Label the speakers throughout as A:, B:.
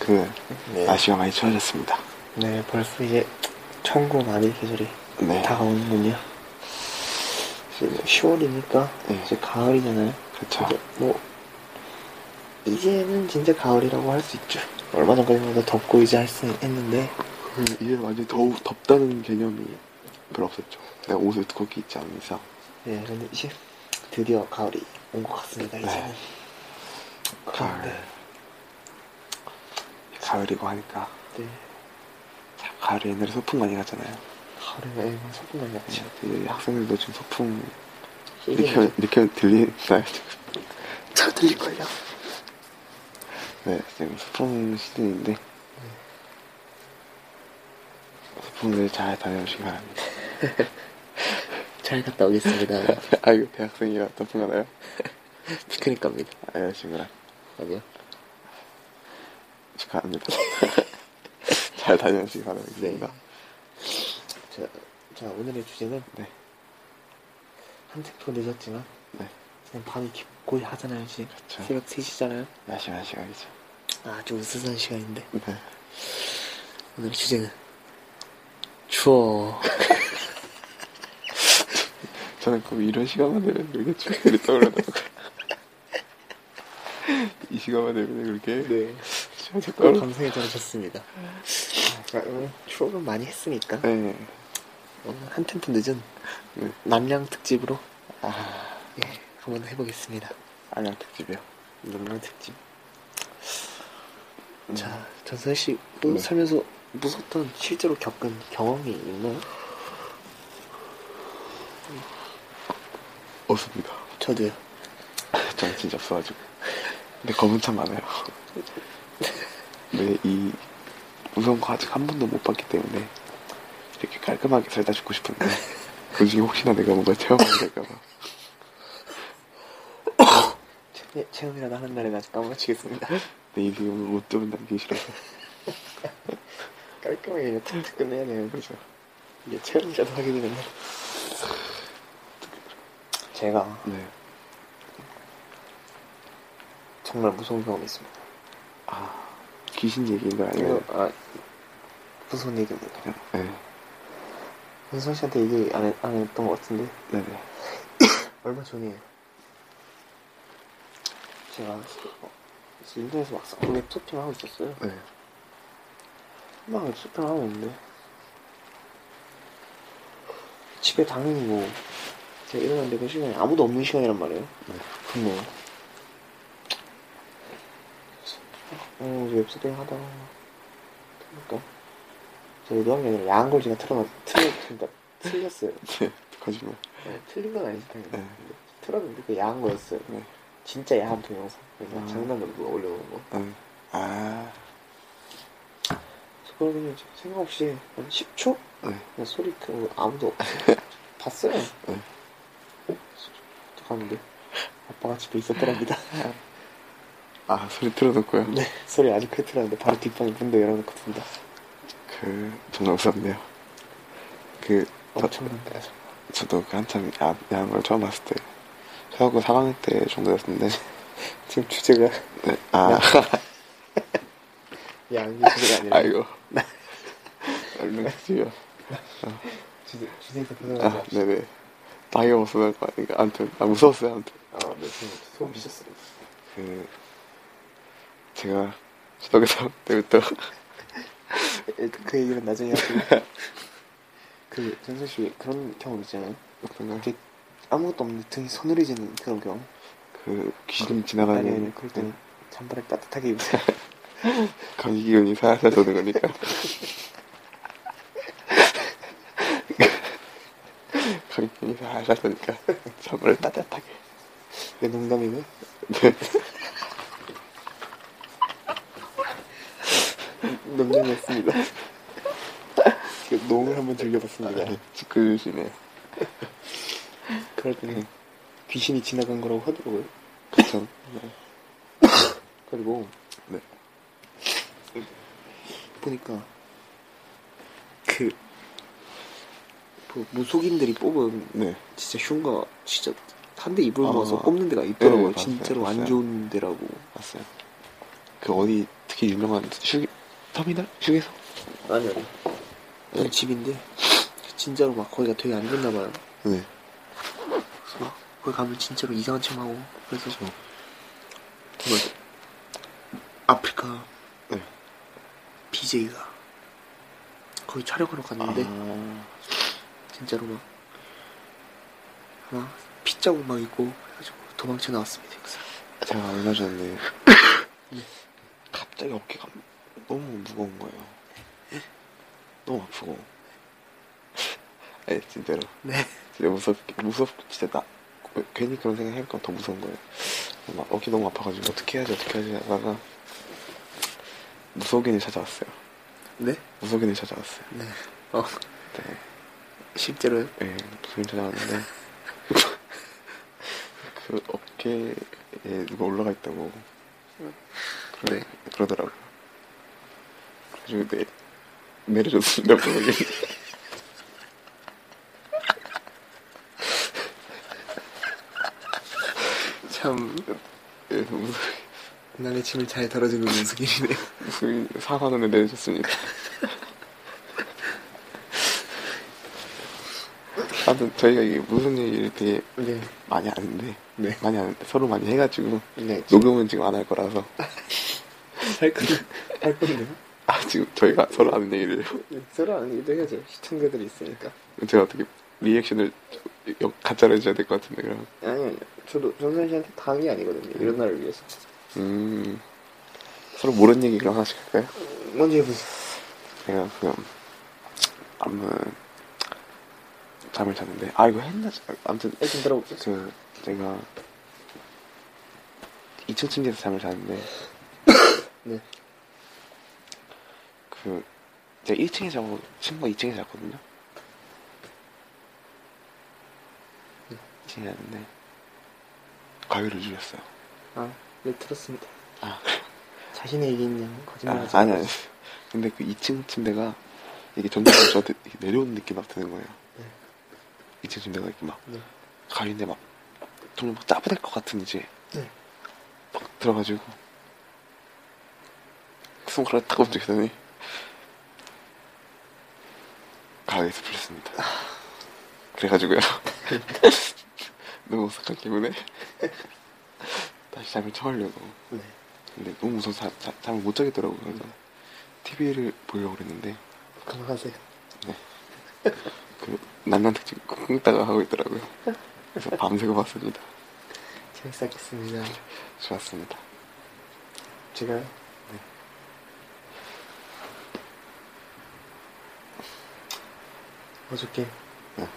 A: 그
B: 네.
A: 날씨가 많이 추워졌습니다.
B: 네, 벌써 이제 천국 아니 계절이
A: 네.
B: 다가오는군요. 이제 10월이니까
A: 네.
B: 이제 가을이잖아요.
A: 그렇죠.
B: 이제 뭐 이제는 진짜 가을이라고 할 수 있죠. 얼마 전까지만 해도 덥고 이제 할 수 했는데
A: 그 이제 완전 더우 덥다는 개념이 별로 없었죠. 내가 옷을 두껍게 입지 않은 이상.
B: 네, 근데 이제 드디어 가을이 온 것 같습니다. 이제는
A: 네.
B: 그런데
A: 가을이고 하니까
B: 네,
A: 참 가을에 옛날에 소풍 많이 갔잖아요.
B: 가을에 소풍만
A: 네,
B: 갔죠.
A: 이 학생들도 지금 소풍
B: 이게
A: 이렇게 이렇게 들리나요? 잘 들릴 걸요. 네 지금 소풍 시즌인데
B: 네.
A: 소풍을 잘 다녀오시기 바랍니다.
B: 잘 갔다 오겠습니다.
A: 아 이거 대학생이라 소풍 가나요?
B: 피크닉 갑니다.
A: 아친구랑
B: 아니요.
A: 축하합니다. 잘 다녀오시기 바라겠습니다.
B: 자, 자 오늘의 주제는
A: 네.
B: 한테표 늦었지만
A: 네.
B: 그냥 밤이 깊고 하잖아요 지금
A: 그쵸.
B: 새벽 3시잖아요
A: 야심한 시간이죠.
B: 아주 으스스한 시간인데
A: 네.
B: 오늘의 주제는 추워
A: 저는 꼭 이런 시간만 되면 그렇게 추억들이 떠오르더라고요. 이 시간만 되면 그렇게
B: 네
A: 추억이 떠오르.
B: 감성에 떨어졌습니다 아, 오늘 추억은 많이 했으니까
A: 네.
B: 오늘 한 템포 늦은
A: 네.
B: 남량 특집으로
A: 아,
B: 예, 한번 해보겠습니다
A: 안양 특집이요.
B: 남량 특집
A: 음.
B: 자 전선 씨 오늘
A: 네.
B: 살면서 무섭던 실제로 겪은 경험이 있나요?
A: 없습니다.
B: 저도요
A: 저는 진짜 없어가지고. 근데 검은 참 많아요. 근데 이 무서운 거 아직 한 번도 못 봤기 때문에 이렇게 깔끔하게 살다 죽고 싶은데 그 중에 혹시나 내가 뭔가 체험하게 될까봐.
B: 체- 체험이라도 하는 날에 아직 까먹치겠습니다
A: 내 인생을 못 잡은 남기 싫어서.
B: 깔끔하게 그냥 탁탁 끝내야 돼요.
A: 그래서
B: 이게 체험자도 하게 되는데. 제가
A: 네.
B: 정말 무서운 경험이 있습니다.
A: 아, 귀신 얘기인 거
B: 이거
A: 아니에요?
B: 아 무서운 얘기입니다.
A: 네.
B: 은선 씨한테 얘기 안, 했, 안 했던 것 같은데
A: 네네.
B: 얼마 전에 제가 어, 인터넷에서 막 싸우는 쇼핑을 하고 있었어요.
A: 네.
B: 막 쇼핑을 하고 있는데 집에 당연히 뭐 제가 일어났는데 그 시간이 아무도 없는 시간이란 말이에요
A: 네.
B: 근데 어, 이제 웹쇼핑 하다가 그러니까 제가 의도한 게 아니라 야한 걸 제가 틀어놨 틀 그러니까 틀렸어요
A: 네. 거짓말.
B: 네, 틀린 건 아니지 당연히
A: 네.
B: 근데 틀었는데 그 야한 거였어요
A: 네.
B: 진짜 야한 동영상 그러니까
A: 아.
B: 장난으로 누가 올려놓은 거
A: 응. 네. 아.
B: 그걸 그냥 생각 없이 한 10초?
A: 네.
B: 그냥 소리 그 아무도 없어 봤어요. 어?
A: 네.
B: 어떡하는데? 아빠가 집에 있었더랍니다.
A: 아, 소리 틀어놓고요.
B: 네. 소리 아주 크게 틀었는데 바로 뒷방에 문도 열어놓고 든다.
A: 그, 정말 무섭네요. 그, 저,
B: 엄청난데.
A: 저도 그 한참 야, 야한 걸 처음 봤을 때, 초등학교 3학년 때 정도였는데,
B: 지금 주제가
A: 네. 아,
B: 양이 주제가 아니라
A: 아이고.
B: 네.
A: 네. 얼른 드세요.
B: 주제, 주제에서 벗어나지
A: 아,
B: 맙시다.
A: 네네. 나이가 무서운 거 아닌가. 아무튼, 아, 무서웠어요, 아무튼.
B: 아, 네. 지금
A: 음.
B: 소름 미쳤어요.
A: 그, 제가 초등학교 3학년 때부터,
B: 일단 그 얘기는 나중에 하고. 그, 전선 씨 그런 경험 있잖아요.
A: 어떤가요?
B: 이렇게 아무것도 없는데 등이 서늘해지는 그런 경험.
A: 그, 귀신이
B: 아니,
A: 지나가는.
B: 아니, 그럴 때는
A: 네.
B: 잠바를 따뜻하게 입으세요.
A: 감기 기운이 살살 도는 거니까. 감기 기운이 살살 도니까 잠을 따뜻하게.
B: 내 농담이고. 농담이었습니다.
A: 그 농을 한번 즐겨봤습니다. 집글심에
B: 그랬더니
A: 네. 귀신이 지나간 거라고 하더라고요. 그쵸.
B: 그리고
A: 네.
B: 보니까 그 뭐, 무속인들이 뽑은
A: 네.
B: 진짜 흉가 진짜 한 대 입을
A: 아.
B: 먹어서 꼽는 데가 있더라고요.
A: 네, 봤어요,
B: 진짜로 안
A: 봤어요.
B: 좋은 데라고.
A: 봤어요. 그 어디 특히 유명한 휴게 터미널? 휴게소?
B: 아니 아니. 그냥 집인데 진짜로 막 거기가 되게 안 좋나 봐요.
A: 네.
B: 그래서 막 거기 가면 진짜로 이상한 척 하고 그래서
A: 그쵸.
B: 정말 아프리카
A: 네.
B: BJ가 거기 촬영하러 갔는데
A: 아,
B: 진짜로 막 아마 핏자국 막 있고 그래가지고 도망쳐 나왔습니다 그 사람.
A: 아, 제가 얼마 전에 갑자기 어깨가 너무 무거운 거예요. 너무 아프고. 에 진짜로.
B: 네.
A: 진짜 무섭게 무섭 진짜 나 괜히 그런 생각 해볼까 더 무서운 거예요. 막 어깨 너무 아파가지고 어떻게 해야지 어떻게 해야지 하다가 무속인을 찾아왔어요.
B: 네?
A: 무속인을 찾아왔어요.
B: 네. 어
A: 네.
B: 실제로요?
A: 예, 무슨 일 찾아왔는데 그 어깨에 누가 올라가 있다고 그러,
B: 네.
A: 그러더라고요 그래서 내, 내려줬습니다 부모님
B: 참
A: 예, 무슨,
B: 남의 짐을 잘 덜어주는 모습이네요.
A: 무슨 사과 눈에 내려줬습니다 아무튼 저희가 이게 무슨 얘기를 되게
B: 네.
A: 많이 아는데
B: 네.
A: 많이 아는데 서로 많이 해가지고
B: 네.
A: 녹음은 지금 안 할 거라서
B: 할 건데 할 건데요?
A: 아 지금 저희가 서로 아는 얘기를
B: 서로 네, 아는 일도 해야죠. 시청자들이 있으니까.
A: 제가 어떻게 리액션을 역- 가짜로 해줘야 될 것 같은데 그럼
B: 아니 아니. 저도 정선 씨한테 당이 아니거든요. 이런 날을 위해서.
A: 음 서로 모르는 얘기 그럼 하나씩 할까요?
B: 먼저 해보세요.
A: 제가 그럼 아무 잠을 잤는데 아 이거 했나 아무튼
B: 일단 들어볼게요.
A: 그 제가 2층 침대에서 잠을 잤는데
B: 네.
A: 그 제가 1층에 자고 친구가 2층에 잤거든요.
B: 네.
A: 2층에 잤는데 가위를 줄였어요.
B: 아, 네 들었습니다.
A: 아.
B: 자신의 얘기는 거짓말하지
A: 아, 아니, 아니. 근데 그 2층 침대가 이게 점점 저한테 이렇게 내려오는 느낌이 막 드는 거예요.
B: 네.
A: 2층 침대가 이렇게 막
B: 네.
A: 가위인데 막 점점 막 짜부될 것 같은 이제
B: 네.
A: 막 들어가지고 뭐 손가락을 탁 움직이더니 가위에서 풀렸습니다.
B: 아.
A: 그래가지고요.
B: 그러니까.
A: 너무 어색한 기분에 다시 잠을 청하려고
B: 네.
A: 근데 너무 무서워서 자- 자- 잠을 못 자겠더라고요. 그래서 TV를 보려고 그랬는데
B: 그만하세요.
A: 그 난난 특집 쿵따가 하고 있더라고요. 그래서 밤새고 봤습니다.
B: 제가 시작했습니다.
A: 좋았습니다.
B: 제가 네. 어저께
A: 네.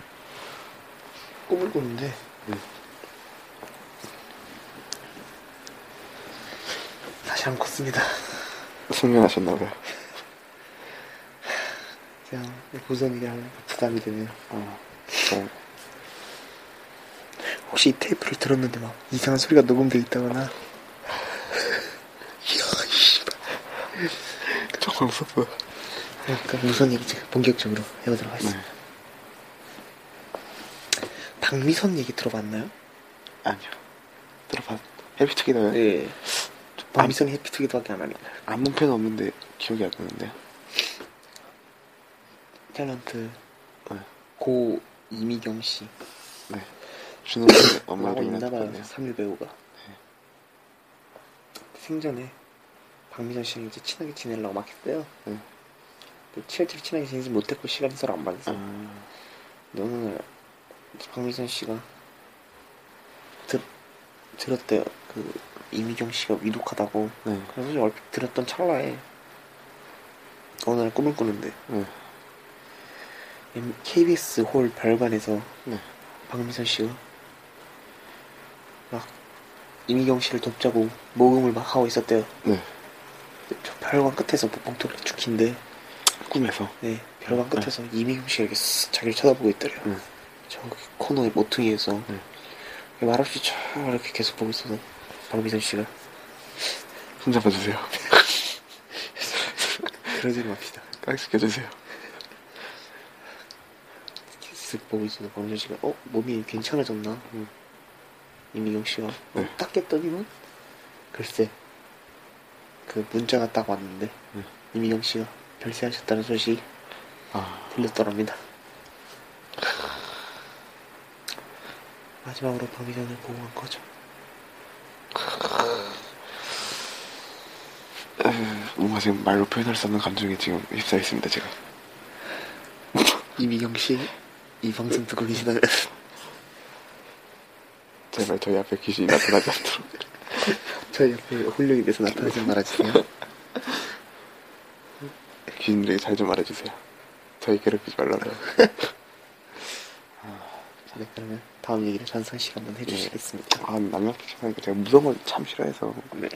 B: 꿈을 꾸는데
A: 네.
B: 다시 안 컸습니다.
A: 숙면하셨나봐요.
B: 제가 무슨 얘기를 하면 부담이 되네요.
A: 어. 네.
B: 혹시 이 테이프를 들었는데 막 이상한 소리가 녹음돼 있다거나
A: 정말 무섭어요.
B: 그러니까 무슨 얘기지 본격적으로 해보도록
A: 네.
B: 하겠습니다. 박미선 얘기 들어봤나요?
A: 아니요. 들어봤. 헬비투기다요.
B: 네. 박미선이 해피투게더밖에 안 합니다.
A: 안 본 편은 없는데 기억이 안 나는데요.
B: 탤런트
A: 네.
B: 고 이미경 씨.
A: 네. 준호 씨
B: 라고
A: 엄마가
B: 있나 봐요. 3류 배우가.
A: 네.
B: 네. 생전에 박미선 씨랑 이제 친하게 지내려고 막 했대요.
A: 네.
B: 근데 실제로 친하게 지내지 못했고 시간이 서로 안 맞았어요.
A: 아,
B: 근데 어느 날 박미선 씨가 들, 들었대요. 그 이미경 씨가 위독하다고.
A: 네.
B: 그래서 얼핏 들었던 찰나에 어느 날 꿈을 꾸는데
A: 네.
B: M- KBS 홀 별관에서
A: 네.
B: 박미선 씨가 막 이미경 씨를 돕자고 모금을 막 하고 있었대요.
A: 네.
B: 근데 저 별관 끝에서 목봉토를 죽힌데
A: 꿈에서.
B: 뭐 네, 별관 끝에서 이미경 씨가 이렇게 쓱 자기를 쳐다보고 있더래요.
A: 응.
B: 저기 그 코너의 모퉁이에서 그
A: 응.
B: 말없이 촤 이렇게 계속 보고 있어서 박미선 씨가
A: 손 잡아주세요.
B: 그러지 맙시다.
A: 깍시켜주세요.
B: 쓱 보고 있어서 박미선 씨가 어 몸이 괜찮아졌나? 음. 이미경 씨가 어,
A: 네.
B: 딱 깼더니만 글쎄 그 문자가 딱 왔는데
A: 응.
B: 이미경 씨가 별세하셨다는 소식이
A: 아,
B: 들렸더랍니다. 마지막으로 박미선을 보고 간 거죠.
A: 뭔가 지금 말로 표현할 수 없는 감정에 지금 휩싸였습니다, 제가.
B: 이미경 씨, 이 방송 듣고 계시다면
A: 제발 저희 앞에 귀신이 나타나지 않도록.
B: 저희 옆에 홀령이 돼서 나타나지 말아주세요.
A: 귀신들에게 잘 좀 말해주세요. 저희 괴롭히지 말라고요.
B: 네, 그러면 다음 얘기를 전선 씨가 한번 해주시겠습니다.
A: 아, 남양키 생각하니까 제가 무서운 걸 참 싫어해서.
B: 네.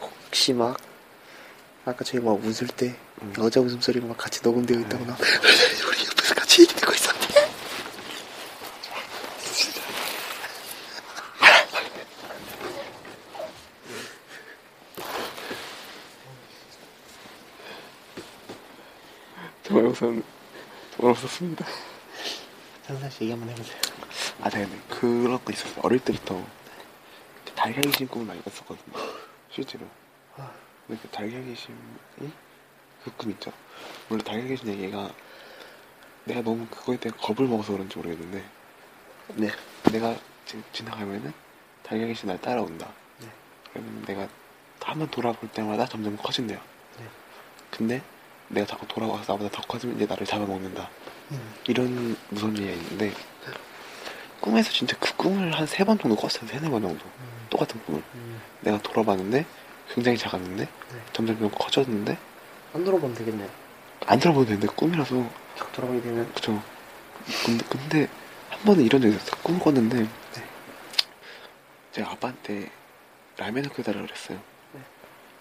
B: 혹시 막 아까 저희 막 웃을 때
A: 음.
B: 여자 웃음소리가 네. 막 같이 녹음되어 있다거나 우리 옆에서 같이 얘기 듣고 있었는데
A: 정말 우선, 정말 없었습니다.
B: 전선 씨 얘기 한번 해보세요.
A: 아, 제가 근데 그런 거 있었어요. 어릴 때부터 그 달걀 귀신 꿈을 많이 꿨었거든요. 실제로. 근데 그 달걀 귀신이 그 꿈 있죠. 물론 달걀 귀신 얘기가 내가 너무 그거에 대한 겁을 먹어서 그런지 모르겠는데
B: 네.
A: 내가 지금 지나가면은 달걀 귀신 날 따라온다.
B: 네.
A: 그러면 내가 한 번 돌아볼 때마다 점점 커진대요.
B: 네.
A: 근데 내가 자꾸 돌아와서 나보다 더 커지면 이제 나를 잡아먹는다.
B: 음.
A: 이런 무서운 얘기가 있는데 꿈에서 진짜 그 꿈을 한 세 번 정도 꿨어요. 세네 번 정도.
B: 음.
A: 똑같은 꿈을.
B: 음.
A: 내가 돌아봤는데 굉장히 작았는데
B: 네.
A: 점점 점 커졌는데
B: 안 돌아보면 되겠네요.
A: 안 돌아봐도 되는데 꿈이라서
B: 쭉 돌아보게 되면
A: 그쵸. 근데, 근데 한 번은 이런 적이 있었어. 꿈 꿨는데
B: 네.
A: 제가 아빠한테 라면을 끓여달라 그랬어요.
B: 네.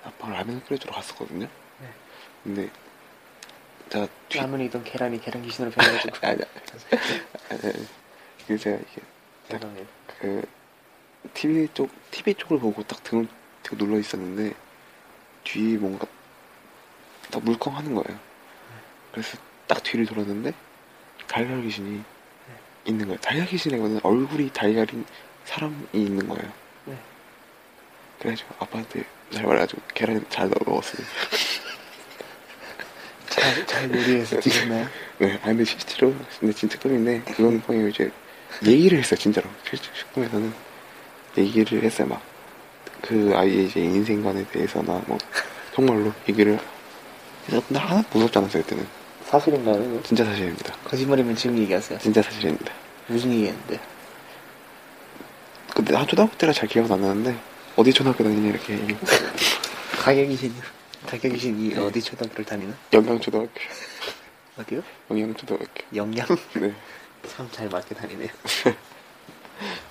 A: 아빠가 라면을 끓여주러 갔었거든요.
B: 네.
A: 근데 제가 뒤
B: 라면에 있던 계란이 계란 귀신으로 변해가지고
A: 아니, 아니, 아니. 그 제가 이게
B: 죄송해요.
A: 그 TV 쪽 TV 쪽을 보고 딱 등을 등 눌러 있었는데 뒤에 뭔가 딱 물컹하는 거예요. 그래서 딱 뒤를 돌았는데 달걀 귀신이 있는 거예요. 달걀 귀신이라고는 얼굴이 달걀인 사람이 있는 거예요.
B: 네.
A: 그래가지고 아빠한테 잘 말해가지고 계란 잘 넣어 먹었어요.
B: 잘, 잘 요리해서 드셨나요?
A: 네, 아 근데 실제로 근데 진짜 꿈인데 그건 꿈이고 이제 얘기를 했어요 진짜로 실제 꿈에서는 얘기를 했어요 막 그 아이의 이제 인생관에 대해서나 뭐 정말로 얘기를 해서 나 하나도 무섭지 않았어요 그때는
B: 사실인가요?
A: 진짜 사실입니다
B: 거짓말이면 지금 얘기하세요.
A: 진짜 사실입니다
B: 무슨 얘기했는데?
A: 근데 한 초등학교 때라 잘 기억은 안 나는데 어디 초등학교 다니냐 이렇게 얘기했고
B: 가격 귀신이 가격 귀신이 어디 초등학교를 다니나?
A: 영양 초등학교
B: 네. 어디요?
A: 영양 초등학교
B: 영양
A: 네
B: 참 잘 맞게 다니네요.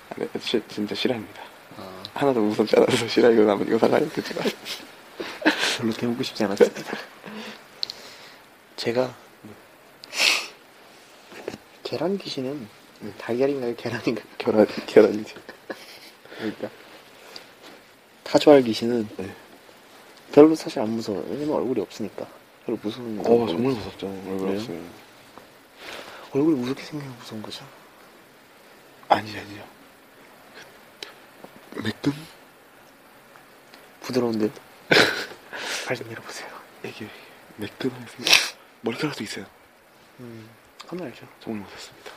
A: 아, 네, 실- 진짜 실화입니다
B: 아,
A: 하나도 무섭지 않아서 실화이고 나머지 이거 사과했고 제가
B: 별로 배우고 싶지 않았습니다. 제가 계란 귀신은 달걀인가요? 계란인가요?
A: 결혼 결혼이지 그러니까
B: 타조알 귀신은
A: 네.
B: 별로 사실 안 무서워요. 왜냐면 얼굴이 없으니까. 별로 무서운 거.
A: 어 정말 무섭죠 얼굴
B: 그래요?
A: 없으면
B: 얼굴이 무섭게 생기면 무서운 거죠.
A: 아니 아니요. 그 매끈
B: 부드러운 듯. 발좀 밀어보세요.
A: 이게 매끈하게 생긴 머리카락도 있어요.
B: 음, 하면 알죠.
A: 정말 못했습니다.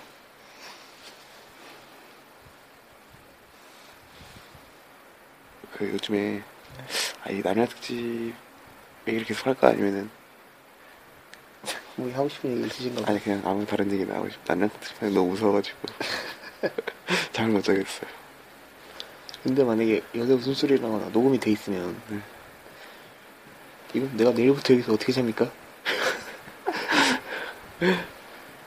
A: 그 요즘에 아이 남녀 특집 얘기를 계속 할까 아니면은
B: 뭐 하고 싶은 얘기 있으신가 봐요.
A: 아니 그냥 아무 다른 얘기나 하고 싶 남녀 특집 하면 너무 무서워가지고 잠을 못 자겠어요.
B: 근데 만약에 여자 웃음소리라거나 녹음이 돼 있으면
A: 네.
B: 이건 내가 내일부터 여기서 어떻게 잡니까?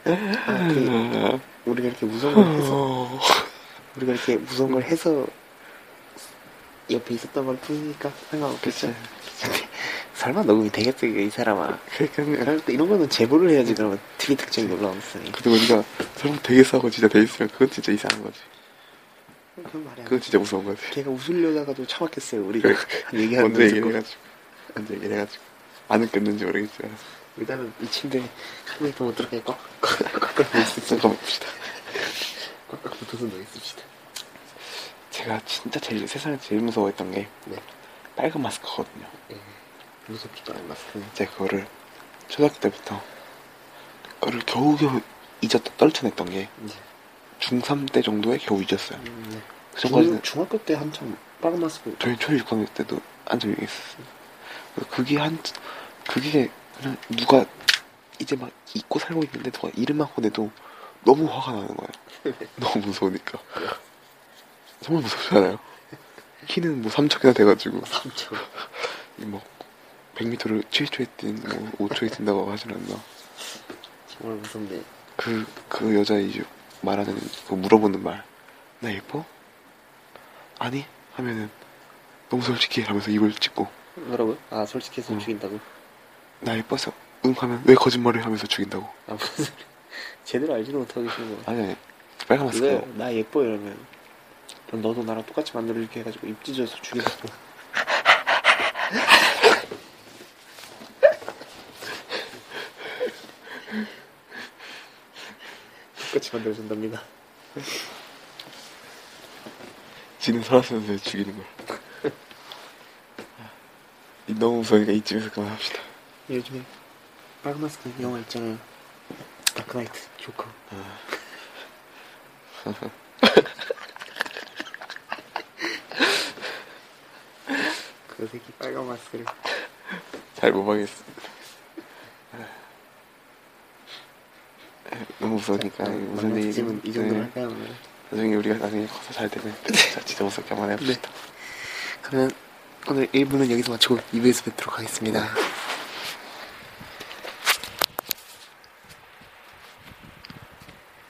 B: 아, 그, 우리가 이렇게 무서운 걸 해서 우리가 이렇게 무서운 걸 해서 옆에 있었던 걸 뿐이니까 상관없겠죠.
A: 그치.
B: 설마 녹음이 되겠어 이 사람아 그렇게 생각할 때 이런 거는 제보를 해야지 그러면 TV 특징이 올라왔으니
A: 그리고 우리가 설마 되게 싸고 진짜 돼 있으면 그건 진짜 이상한 거지.
B: 그건 말이야
A: 그건 진짜 무서운 거지.
B: 걔가 웃으려다가도 참았겠어요 우리가 그 얘기하는
A: 먼저
B: 거
A: 얘기를
B: 듣고
A: 해가지고. 먼저 얘기를 해가지고. 안은 끊는지 모르겠지만.
B: 일단은 이 침대 한일 보고 들어가 꽉 꽉꽉
A: 잠깐 봅시다.
B: 붙어서 넣겠습니다
A: 제가 진짜 제일 세상에 제일 무서워했던 게
B: 네.
A: 빨간 마스크거든요.
B: 무섭지도 않았어
A: 제가 그거를 초등학교 때부터 그거를 겨우겨우 잊었다 떨쳐냈던 게
B: 네. 음.
A: 중3 때 정도에 겨우 잊었어요. 그
B: 중,
A: 전까지는
B: 중학교 때 한참 빨간 마스크
A: 저희 초 6학년 때도 한참 얘기했었어요. 그게 한, 그게 그냥 누가 이제 막 잊고 살고 있는데 누가 이름만 꺼내도 너무 화가 나는 거예요. 너무 무서우니까. 정말 무섭잖아요. 키는 뭐 3척이나 돼가지고.
B: 3초
A: 뭐 100m를 7초에 뛴, 뭐 5초에 뛴다고 하진 않나.
B: 정말 무섭네
A: 그, 그 여자 이제 말하는, 그 물어보는 말. 나 예뻐? 아니? 하면은, 너무 솔직히 하면서 입을 찍고,
B: 뭐라고요? 아 솔직히 해서
A: 음.
B: 죽인다고?
A: 나 예뻐서, 응 하면 왜 거짓말을 하면서 죽인다고.
B: 아 무슨 소리 제대로 알지도 못하고 계시는 거
A: 아니, 아니. 빨간 마스크.
B: 그거요 나 예뻐 이러면 그럼 너도 나랑 똑같이 만들어줄게 해가지고 입 찢어서 죽여서 똑같이 만들어준답니다
A: 지는 살았으면서 죽이는 걸. 이 너무 무서우니까 이쯤에서 그만합시다.
B: 요즘에 빨간 마스크 영화 있잖아요 다크나이트 조커 아. 그 새끼 빨간 마스크를
A: 잘 못 하겠어. 너무 무서우니까
B: 그러니까
A: 무슨
B: 네. 만나서
A: 얘기
B: 지금 이 정도로 할까요? 오늘?
A: 나중에 우리가 나중에 커서 잘 되면 진짜 진짜 무섭게 한번 해봅시다.
B: 그러면 오늘 1부는 여기서 마치고 2부에서 뵙도록 하겠습니다